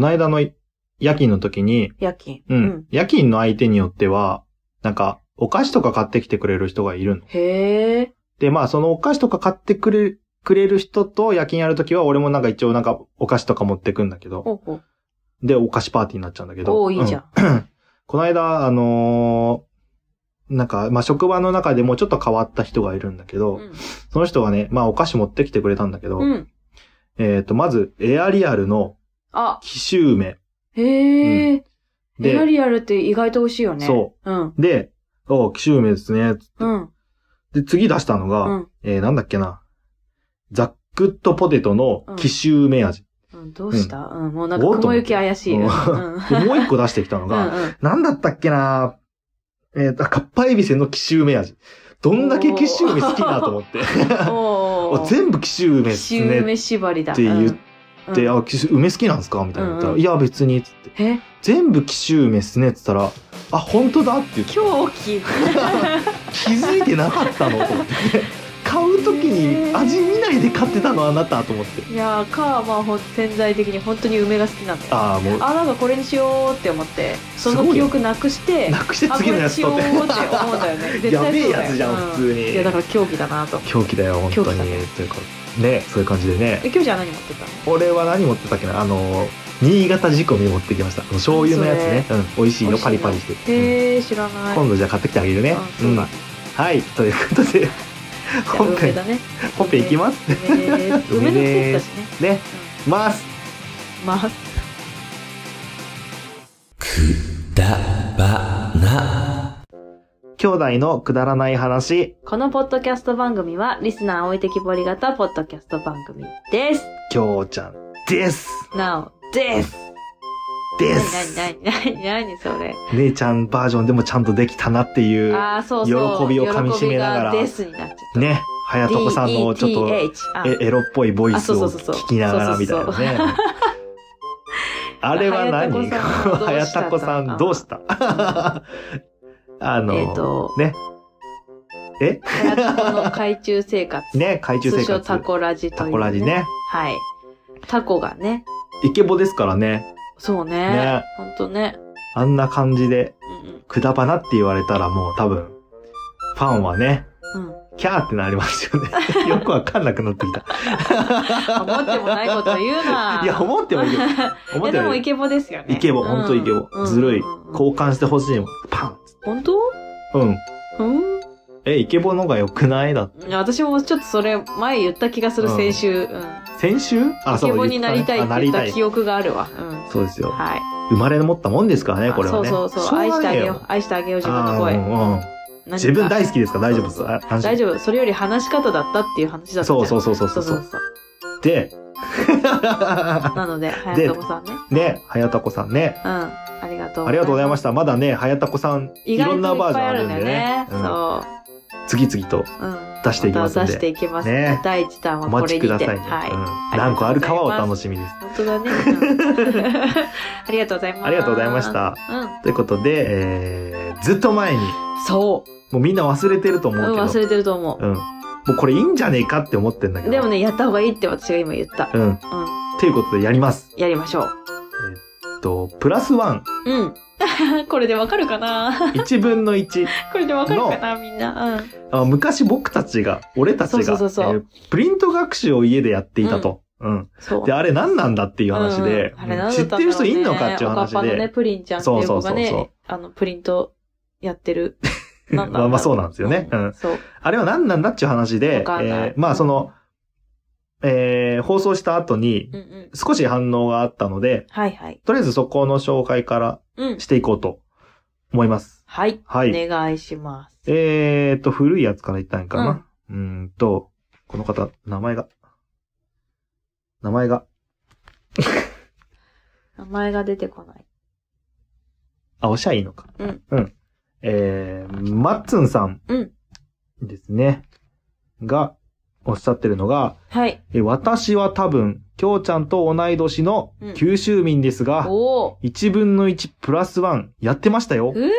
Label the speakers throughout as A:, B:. A: の間の夜勤の時に、
B: 夜勤。
A: うん、夜勤の相手によっては、なんか、お菓子とか買ってきてくれる人がいるの。
B: へえ。
A: で、まあ、そのお菓子とか買ってくれ、くれる人と夜勤やるときは、俺もなんか一応なんかお菓子とか持ってくんだけど、
B: ほうほう。
A: で、お菓子パーティーになっちゃうんだけど。
B: おーいいじゃ
A: うん
B: ん。
A: この間、あのーなんか、まあ、職場の中でもちょっと変わった人がいるんだけど、
B: うん
A: その人がね、まあ、お菓子持ってきてくれたんだけど、
B: うん。
A: えっ、と、まず、エアリアルの
B: あ、
A: 奇襲梅。
B: へえ。
A: で
B: エアリアルって意外と美味しいよね。。
A: そう
B: うん。
A: う。で、おう奇襲梅ですね。
B: うん。
A: で、次出したのが、
B: うん
A: えー、なんだっけな。ザックッとポテトの奇襲梅味。
B: うん。どうしたうん。もうなんか
A: おっと
B: 雲
A: 思っ
B: 行き
A: て
B: 怪しい。
A: うん
B: うん。うん
A: で もう一個出してきたの
B: う
A: が、
B: ん。
A: なんだったっけなえっ、と、かっぱえびせんの奇襲梅味。どんだけ奇襲梅好きだと思って。
B: おー。
A: 全部奇襲梅で
B: 奇
A: す
B: 襲
A: ね。っ
B: 梅縛りだ。
A: て言っ
B: うん
A: て、
B: うん
A: あ、奇襲梅好きなんですかみたいな言ったら、
B: うんうん
A: いや、別に、つって。
B: え、
A: 全部奇襲梅っすねっつったら、あ、本当だって言って。
B: 狂気。
A: 気づいてなかったのと思って。買う時に味見ないで買ってたのあなたと思って。
B: いやー、か、まあ、ほん潜在的に本当に梅が好きなんだよ。
A: ああ、もう、
B: あ、なんかこれにしようって思って、そ
A: す
B: の
A: ごい
B: 記
A: よ
B: 憶なくして、
A: なくして
B: あ、こ
A: 次の
B: れ
A: や
B: に
A: つ
B: しよう
A: 取
B: っ
A: ってて。
B: 思うんだよね。絶 対
A: や
B: そ
A: べ
B: うだよ
A: えやつじゃん、
B: う
A: 普通に。
B: いや、だから狂気だなと。
A: 狂気だよ、本当に。
B: 狂気だね
A: というか、ね、そういう感じでね。
B: え、今日じゃあ何持ってったの
A: 俺は何持ってたっけなあの、新潟仕込み持ってきました。醤油のやつね。うん、美味しい
B: 美
A: よ、
B: 味しい
A: パ
B: の
A: リパリして。うん
B: へえ、知らない。
A: 今度じゃあ買ってきてあげるね
B: あ。
A: う。
B: そうんだ
A: はい、ということで、
B: じゃあ
A: 本
B: 梅
A: 編、
B: だね。
A: 本編いきます。
B: 梅でーす。梅の季節だしね。
A: ね、ます。
B: うんまあ、
C: だばな
A: 兄弟のくだらない話、
B: このポッドキャスト番組は、リスナー置いてきぼり型ポッドキャスト番組です。
A: きょうちゃんです。
B: なお、です。
A: で
B: 何
A: す。
B: 何何何何それ。
A: 姉ちゃんバージョンでもちゃんとできたなっていう、
B: ああ、そうそう。
A: 喜びを噛み締めながら
B: 喜びですになっちゃった。
A: ね、はやとこさんのちょっと、
B: DETH あ
A: えエロっぽいボイス
B: あそ
A: を
B: うそうそうそう
A: 聞きながらみたいなね。あれは何は
B: は
A: や
B: や
A: た
B: た
A: こ
B: こ
A: さ
B: さ
A: ん
B: ん
A: ど
B: ど
A: う
B: う
A: し
B: した
A: あの、
B: えっと、
A: ね。え
B: はやたこの海中生活。
A: ね、海中生
B: 通称
A: 活。
B: タコラジと
A: タ
B: いう、
A: コラジ。ね。
B: はい。タコがね。
A: イケボですからね。
B: そうね。
A: ね
B: ほんとね。
A: あんな感じで、
B: うん
A: くだばなって言われたらもう多分、ファンはね、
B: うん。うん。
A: キャーってなりますよね。 よくわかんなくなってきた。
B: 思ってもないこと言うな
A: 。いや、思ってもいい よ。思
B: い
A: って
B: やで
A: も
B: も
A: い
B: イ
A: い。
B: ケボですよね。
A: イケボ、ほんとイケボ。ずるい。
B: こ
A: 交換してほしいもん。パン
B: うん。本当
A: うん。
B: うん。
A: え、イケボの方が良くないだって。
B: いや私もちょっとそれ前言った気がする
A: うん
B: 先週。うん。
A: 先週あ、
B: イケボ
A: 言っ
B: になりたいって
A: あな
B: 言
A: り
B: ったた
A: い。
B: 記憶があるわ。うん。
A: そうですよ。
B: はい。
A: 生まれ持ったもんですからね、
B: あ
A: これはね。
B: そうそうそう。
A: し
B: 愛
A: ょ
B: して
A: が
B: あ
A: ねえ
B: げよう。愛してあげよう、自分の
A: あ
B: 声。
A: ーうんうん
B: 何か
A: 自分大好きですから大丈夫です。
B: そうそう
A: あ安心
B: 大丈夫。それより話し方だったっていう話だったじゃん
A: そうそうそうそうそう。
B: そう
A: で、
B: なので、はやとこさんね。
A: ね、はやたこさんね。
B: うん。ありがとう。。
A: ありがとうございましたた。まだね、はやたこさん、
B: 意
A: い
B: 外と
A: ろ
B: い
A: んな
B: っ
A: バージョ
B: ぱい
A: ンあ
B: あ
A: る
B: る
A: ん
B: んだ
A: で
B: よ
A: ね
B: ね。。
A: うん
B: そ
A: 次々と
B: う。うん。
A: 出していきますん
B: また出して
A: で、
B: いきます。
A: ね
B: 第1弾は
A: お
B: こ
A: 待
B: れ
A: ち
B: にて。
A: くださいね。
B: はい。
A: うん何個あるかはお楽
B: し
A: しみです。
B: み。本当だね。うん ありがとうございます。
A: ありがとうございまし。た。
B: うん。
A: ということで、えーずっと前に、
B: そ
A: もうみんな忘れてると思
B: う。
A: う
B: うん、
A: けど、
B: 忘れてると思
A: うん。もうこれいいんじゃねえかって思ってんだけ
B: う。
A: ど。
B: でもね、やった方がいいって私が今言った。
A: うん。
B: うん。
A: ということでやります。
B: やりましょう。
A: えっと、プラス ワン、
B: うん。 これでわかるかな
A: 一分の一。
B: これでわかるかなみんな。うん。
A: あ昔僕たちが、俺たちが
B: そうそうそうそう
A: ープリント学習を家でやっていたと。うん。
B: そう。
A: で、あれ何なんだっていう話で、
B: うんあれ何だ
A: 知
B: た
A: っ
B: んだ
A: て
B: ろうね
A: る人いんのかっていう話
B: おかっぱのね、
A: で、
B: プリンちゃんっていう子が
A: そうそうそうそ
B: ね、あの、プリントやって る。なんだろ
A: まあまあそうなんですよねうん
B: そう。
A: あれは何なんだっていう話で
B: わ、かんない
A: えーまあその、えー放送した後に
B: うんうん。
A: 少し反応があったので、
B: はいはい。
A: とりあえずそこの紹介から
B: うん。
A: していこうと思います。
B: はい。
A: はい。
B: お願いします。
A: えーと、古いやつから言ったんかな。うーんと、この方、名前が、名前が、
B: 名前が出てこない。
A: あ、おしゃいいのか。
B: うん。
A: うん。えー、マッツンさん。
B: うん
A: ですね。が、おっしゃってるのが、
B: はい。
A: え私は多分、きょうちゃんと同い年の
B: うん
A: 九州民ですが、
B: おお。
A: 一1分の1プラス1やってましたよ
B: う。ーい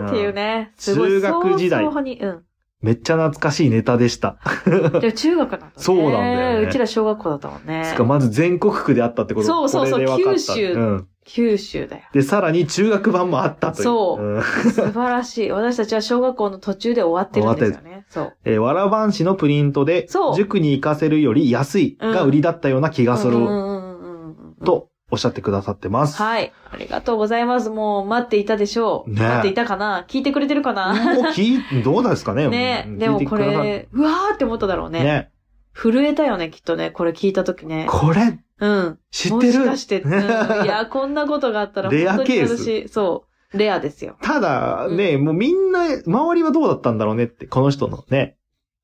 B: たーっていうね。すごい。
A: 中学時代
B: 早々にうん。
A: めっちゃ懐かしいネタでした。
B: でも中学だったね。
A: そうなんだよね
B: うちら小学校だったもんね
A: つ。か、まず全国区であったってこと
B: そうそうそう
A: これで分かった
B: 九州
A: うん。
B: 九州だよ。
A: で、さらに中学版もあったという。
B: そう
A: うん
B: 素晴らしい。 私たちは小学校の途中で終わってるんですよね。そう。
A: えーわらばんしのプリントで
B: そ、う
A: 塾に行かせるより安いが売りだったような気がす
B: うんう
A: る。
B: んうんうんうんうん。
A: と、おっしゃってくださってます。
B: はい。ありがとうございます。もう待っていたでしょう。
A: ねえ
B: 待っていたかな聞いてくれてるかな
A: もう聞い、どうなんですかね
B: ね
A: うん
B: でも
A: 聞いて
B: こ
A: くださっ
B: れ、うわーって思っただろうね。
A: ね。
B: 震えたよね、きっとね。これ聞いたときね。
A: これ、
B: うん。
A: 知っ
B: も
A: て
B: し
A: る
B: かして、うん、い や、こんなことがあったら
A: レア
B: 本当に
A: ケース
B: 私、そう、レアですよ。
A: ただ、ね、もうみんな、周りはどうだったんだろうねって、この人のね。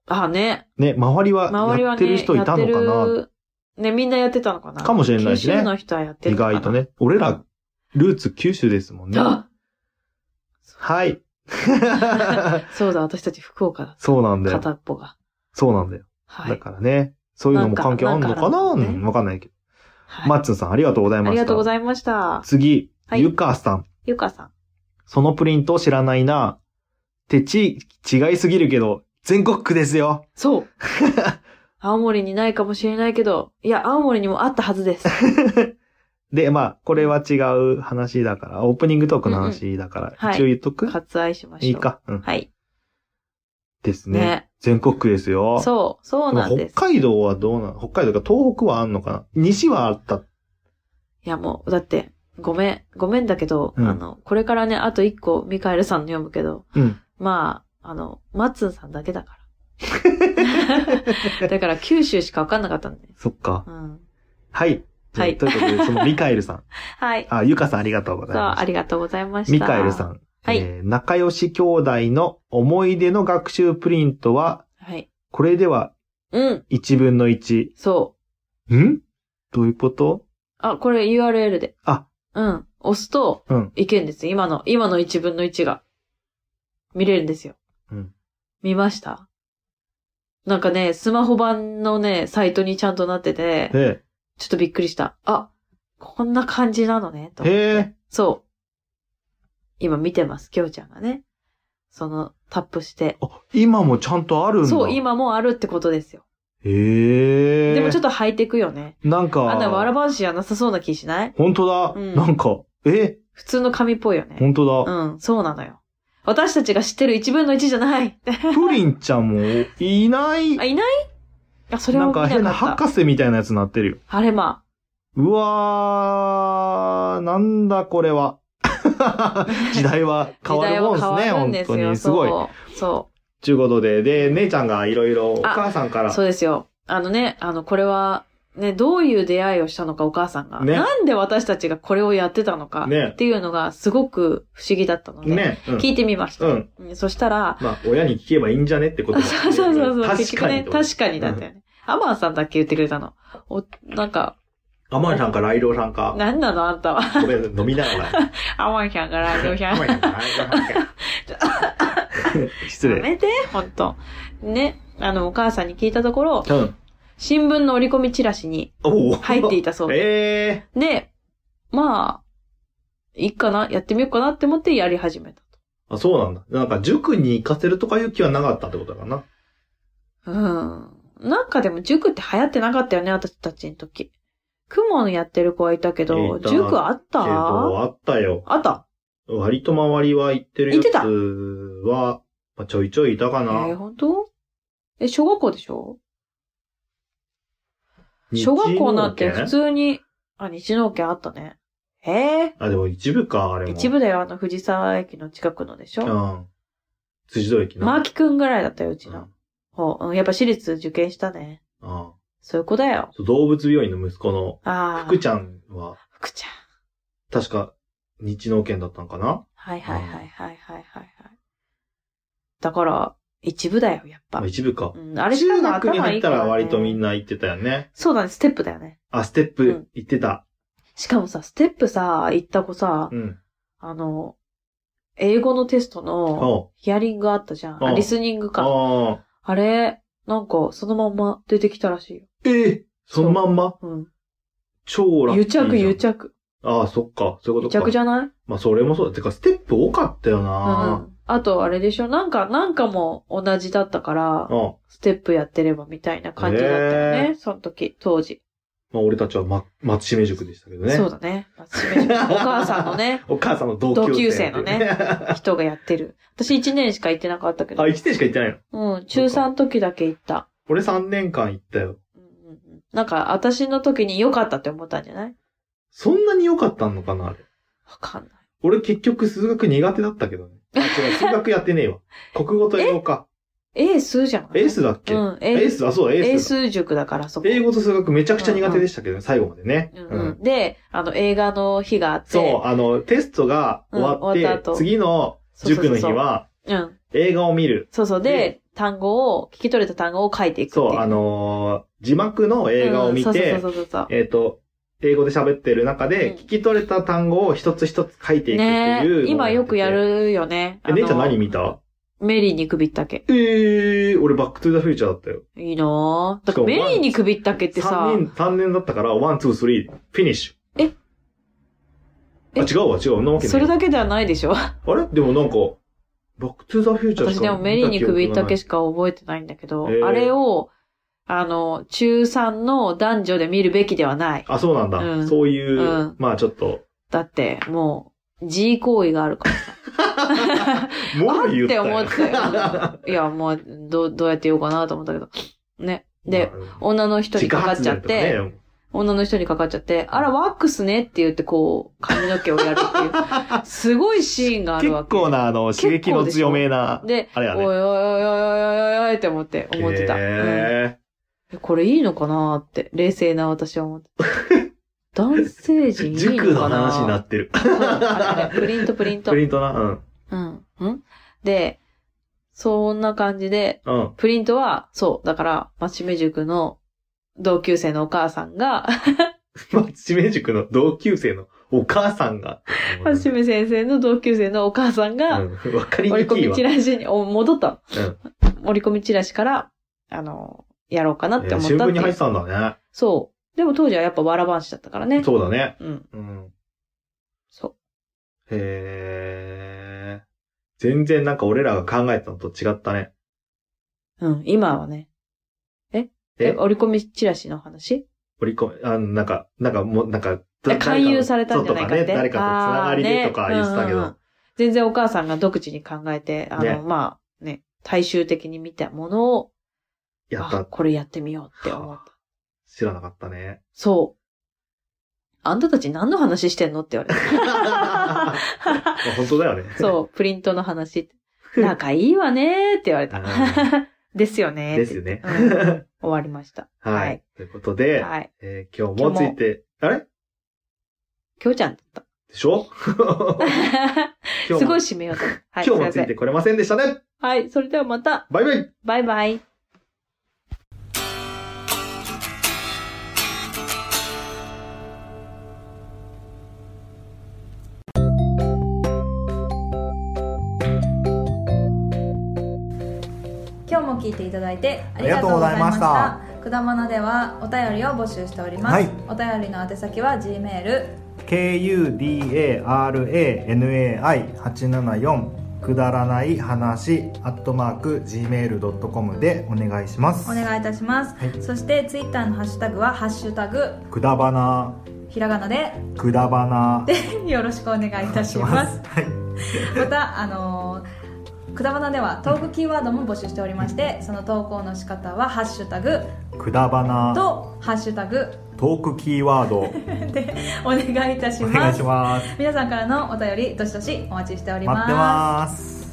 B: ああね。
A: ね、周り
B: 周
A: は
B: り
A: や
B: は
A: って
B: ね、
A: る人いたのか
B: やっ
A: な
B: てるね、みんなやってたのかな
A: かもしれないしね
B: 九州の人はやって
A: 意
B: るのかな
A: 外と。ね。俺ら、ルーツ九州ですもんね。
B: あ
A: はい。
B: そうだ、私たち福岡だ。
A: そうなんだよ。
B: 片っぽが。
A: そうなんだよ。
B: は
A: だ
B: い。
A: からね。そういうのも関係あんのか
B: なんか
A: な
B: あるのか
A: う
B: ね
A: んわかんないけど。
B: はい
A: マッツンさん、ありがとうございまし
B: あ
A: た。
B: りがとうございました。
A: 次、
B: はい
A: ゆかさん。
B: ゆかさん。
A: そのプリント知らないな。てち、違いすぎるけど、全国区ですよ。
B: そう 青森にないかもしれないけど、いや、青森にもあったは ずです。
A: で、まあ、これは違う話だから、オープニングトークの話だから、
B: うんうん
A: 一応言っとく、
B: 割愛しましょう。
A: いい。か。うん。
B: はい。
A: ですね。
B: ね。
A: 全国区ですよ。
B: そう、そうなんです。
A: 北海道はどうなの北海道か東北はあんのかな西はあった。
B: いやもう、だって、ごめん、ごめんだけど、
A: うん
B: あの、これからね、あと一個、ミカエルさんの読むけど、
A: うん。
B: まあ、あの、マッツンさんだけだから。だから、九州しかわかんなかったんだね。
A: そっか。
B: うん。
A: はい。
B: はい
A: ということで、そのミカエルさ ん。
B: はい。
A: あ、ゆかさんありがとうござ
B: そ、
A: いうます
B: あ。りがとうございました。
A: ミカエルさ
B: ん。
A: ん。
B: はい
A: えー仲良し兄弟の思い出の学習プリントは、
B: はい。
A: これでは
B: うん、
A: 1分の1。
B: そう。
A: んどういうこと
B: あ、これ URL で。
A: あ。
B: うん。押すと、
A: うん。
B: いけんです。今の、今の1分の1が。見れるんですよ。
A: うん。
B: 見ましたなんかね、スマホ版のね、サイトにちゃんとなってて、
A: え
B: ちょっとびっくりした。あ、こんな感じなのね、と
A: え。へ
B: 思って。
A: え。
B: そう。今見てます、きょうちゃんがね。その、タップして。
A: あ、今もちゃんとあるんだ。
B: そう、。今もあるってことですよ。
A: へえ。
B: でもちょっ
A: と。
B: と履いてくよね。
A: なんか。
B: あんなわらばんしじゃなさそうな気しない
A: 本当だ。
B: うん
A: なんか、え
B: 普通の紙っぽいよね。
A: 本当だ。
B: うん、そうなのよ。私たちが知ってる1分の1じゃない
A: プリンちゃんもいない。
B: あ、いないあ、それは
A: なん
B: 見
A: か
B: な
A: 変な
B: かった。
A: 博士みたいなやつになってるよ。
B: あれま
A: うわー、なんだこれ は。時代は
B: あ、
A: 変わるもんですね、
B: 時代は変わるん
A: 本
B: です
A: 当
B: よ。
A: に。すごい。
B: そう。そ
A: ちゅうことで、で、姉ちゃんがいろいろお
B: あ
A: 母さんか
B: う。
A: ら、
B: そうですよ。あのね、あの、これは、ね、どういう出会いをしたのか、お母さんが。
A: ね
B: なんで私たちがこれをやってたのか。
A: ね
B: っ、ていうのがすごく不思議だったので、
A: ね、うん
B: 聞いてみました。
A: うん
B: うんそしたら、
A: まあ、親に聞けばいいんじゃねってことだよね
B: そうそうそうそう、
A: 確
B: 結局
A: か
B: ね、
A: に。
B: 確かにだったよね。アマンさんだっけ言ってくれたの。お、なんか、
A: アマンさんかライドウさんか、
B: なんなのあんたは。
A: ごめん、飲みな がら。
B: アマンさんから、どうしよ
A: アマンさんかライドウさんか失
B: や
A: 礼。
B: めて、ほんと。ね、あの、お母さんに聞いたところ、
A: うん。
B: 新聞の折り込みチラシに
A: おお。
B: 入っていたそうで。
A: え
B: で、まあ、いいかな、やってみようかなって思ってやり始めた
A: ー。あ、そうなんだ。なんか、塾に行かせるとかいう気はなかったってことだな。
B: と。うん。なんかでも塾って流行ってなかったよね、私たちの時。雲のやってる子はいたけど、
A: いた
B: 塾あった
A: けど、あったよ。
B: あった。
A: 割と周りは行ってるや
B: 行って
A: つ
B: た
A: は、まあ、ちょいちょいいたか
B: え
A: な。
B: ー、本当え、小学校でしょ
A: 日
B: 小学校なんて
A: 農研
B: 普通に、あ、日農家あったね。え
A: あ、でも一部か、あれ
B: ー、
A: も。
B: 一部だよ、あの藤沢駅の近くのでし
A: う
B: ょ
A: ん。辻堂駅な。
B: マーキくんぐらいだったよ、うち
A: うん
B: の。ほう、うん、やっぱ私立受験したね。
A: うん
B: そういう子だよ。
A: そう動物病院の息子の
B: ああ。
A: 福ち
B: ゃん。
A: ゃんは、
B: 福ちゃん。
A: 確か、日農研だったんかな
B: はいはいはいはいはいはい。はいだから、一部だよ、やっぱ
A: あ、。一部か
B: う。ん、あれし
A: 中
B: か
A: 学に
B: 頭い
A: 入
B: い
A: っ
B: か
A: た
B: ら、
A: ら
B: ね。
A: 割とみん
B: な。
A: な行ってたよね。
B: そうだね、ステップだよね。
A: あ、ステッ
B: うん
A: プ行ってた。
B: しかもさ、ステップさ、行った子さ、
A: うん。
B: あの、英語のテストの、
A: おう
B: ヒアリングあったじゃ
A: う
B: ん。あ
A: ん
B: リスニングか。
A: ああ。
B: あれ、なんか、そのまんま出てきたらしいよ。
A: ええそのまんま
B: うん。
A: 超ラッキ
B: 癒
A: ーじゃん。
B: 着、癒着。
A: ああ、そっか。そういう
B: 癒
A: ことか
B: 着じ。ゃない
A: まあ、それもそうだ。てか、ステップ多かったよ
B: うんう
A: な、
B: ん。あと、あれでしょなんか、なんかも同じだったから、
A: あ
B: ステップやってればみたいな感じだったよね。その時、当時。
A: まあ、俺たちは、ま、松島塾でしたけどね。
B: そうだね。松島塾お母さん のね、
A: お母さんの同級生。
B: 同級生のね人がやってる。私1年しか行ってなかったけ ど
A: あ、1。年しか行ってないの
B: うん、中3時だけ行った。
A: 俺3年間行ったよ。
B: うんうんうんなんか、私の時に良かったって思ったんじゃない
A: そんなに良かったのかなあれ。
B: わかんない。
A: 俺結局数学苦手だったけどね。あ違う、数学やってねえ わ。国語と英語か。
B: エースじゃん。
A: エースだっけ、
B: うん、
A: エ
B: エ
A: ー
B: ース。
A: ス、あ、そう、エース
B: エ
A: だ。
B: ース塾だから、そこ。
A: 英語と数学めちゃくちゃ苦手でしたけどね、最後までね。
B: うんうん、で、あの、映画の日があって。
A: そう、あの、テストが終わっ、
B: うん終わってた後
A: 次の
B: そうそう
A: 塾
B: そう
A: の日は
B: うん。
A: 映画を見る。
B: そうそう。
A: で
B: で、単語を、聞き取れた単語を書いていくってい
A: そう、あのー字幕の映画を見
B: うんそう
A: て
B: そ、うそうそうそう。
A: えっと、英語で喋ってる中で、
B: うん
A: 聞き取れた単語を一つ一つ書いていくって
B: ね
A: いう。
B: え今よくや。るよね。
A: え、
B: あの
A: 姉ちゃん何見た
B: メリーに首ったけ。
A: ええー、俺バックトゥーザフューチャーだったよ。
B: いいなぁ。だ
A: しか
B: から
A: も
B: メリーに首ったけってさ
A: 3、年、三年だったから、ワン、ツー、スリー、フィニッシュ。
B: え
A: あ、違うわ、違う。なわけね
B: それだけではないでしょ
A: あれでもなんか、バックトゥーザフューチャー
B: 私でもメリーに首ったけし
A: か
B: か覚えてないんだけど
A: え、ー
B: あれを、あの、中3の男女で見るべきではない。
A: あ、そうなんだ。
B: うん
A: そういう、
B: うん
A: まあちょっと、
B: だって、もう、G 行為があるからさ。
A: もう言ったよ。
B: あって思ったよ。いや、もう、どう、どうやって言おうかなと思ったけど。ね。で、
A: まあ、
B: 女の人にかかっちゃっ
A: 自家発
B: て、
A: 電とかね
B: 女の人にかかっちゃって、あら、ワックスねって言って、こう、髪の毛をやるっていう、すごいシーンがあるわ
A: 結
B: け。
A: 構な、あの、刺激の強めな、
B: で、
A: あれやね
B: おいおいおいおいおいおいって思って、思ってた。うん
A: へ
B: えこれいいのかなーって、冷静な私は思って。男性
A: ー
B: 陣いいの
A: 塾の
B: かな
A: 話になってる。
B: うんあれあれプリントプリント
A: プ。リントな、うん。
B: うん。うんで、そんな感じで、
A: うん。
B: プリントは、そう、だから、松目塾の同級生のお母さんが、
A: 松島塾の同級生のお母さんが。
B: 松目先生の同級生のお母さんが、
A: うんわかりに
B: 折り
A: くい
B: 込み
A: わ
B: チ。ラシに、お戻ったの。折り込みチラシから、あの、やろうかなっ
A: え
B: て
A: ー
B: 思っ
A: 新
B: たっ
A: 聞
B: て
A: に
B: いう
A: 入ってたんだ
B: そう。でも当時はやっぱわらばんしだったからね
A: ね。。そうだね。
B: うん。
A: うん。
B: そう。
A: へえ。全然なんか俺らが考えてたのと違ったね。
B: うん、今はね。え
A: え
B: え、折り込みチラシの話
A: 折り込み、あの、なんか、なんかもう、なんか、
B: え勧誘されたんじゃないかって
A: そうとね、誰かとつながりでとか
B: あーね
A: 言ってたけ
B: うんうんう
A: ど
B: ん。全然お母さんが独自に考えて、あの、
A: ね
B: まあ、ね、大衆的に見たものを、
A: やっ
B: あ
A: た、
B: これやってみようって思っ
A: は
B: た。
A: 知らなかったね。
B: そう。あんたたち何の話してんのって言われ
A: まあ
B: た。
A: 本当だよね。 う。
B: そう、プリント の話。仲いいわねーって言われた。 ですよねー
A: で
B: って
A: すよね。
B: うん終わりました。
A: は
B: はいい。
A: ということで、
B: はい。
A: えー今日もついて、あれ
B: きょうちゃんだった。
A: でし ょ今日
B: すご
A: も
B: い、締めようと思って。は
A: 今日
B: い、すい
A: も
B: ま
A: つ
B: せ
A: い
B: ん
A: てこれませんでしたね
B: はい、それではまた。
A: バイバイ
B: バイバイ。
D: 今日も聞いていただいてありがとうございましたくだまなではお便りを募集しております、
E: はい
D: お便りの宛先は G メール
E: kudaranai874 くだらない話アットマーク gmail.com でお願いします
D: お願いいたします、
E: はい
D: そしてツイッターのハッシュタグは「ハッシュタグ
E: くだばな
D: ひらがなで
E: くだばな」
D: でよろしくお願いいたします
E: はい
D: またあのーくだばなではトークキーワードも募集しておりましてその投稿の仕方は「ハッシュタグ
E: くだば」な
D: と「ハッシュタグ
E: トークキーワード」
D: でお願いいたし
E: お願
D: ま
E: い
D: す
E: します
D: 皆さんからのお便りどしどしお待ちしており
E: 待
D: ま
E: っ
D: す
E: てます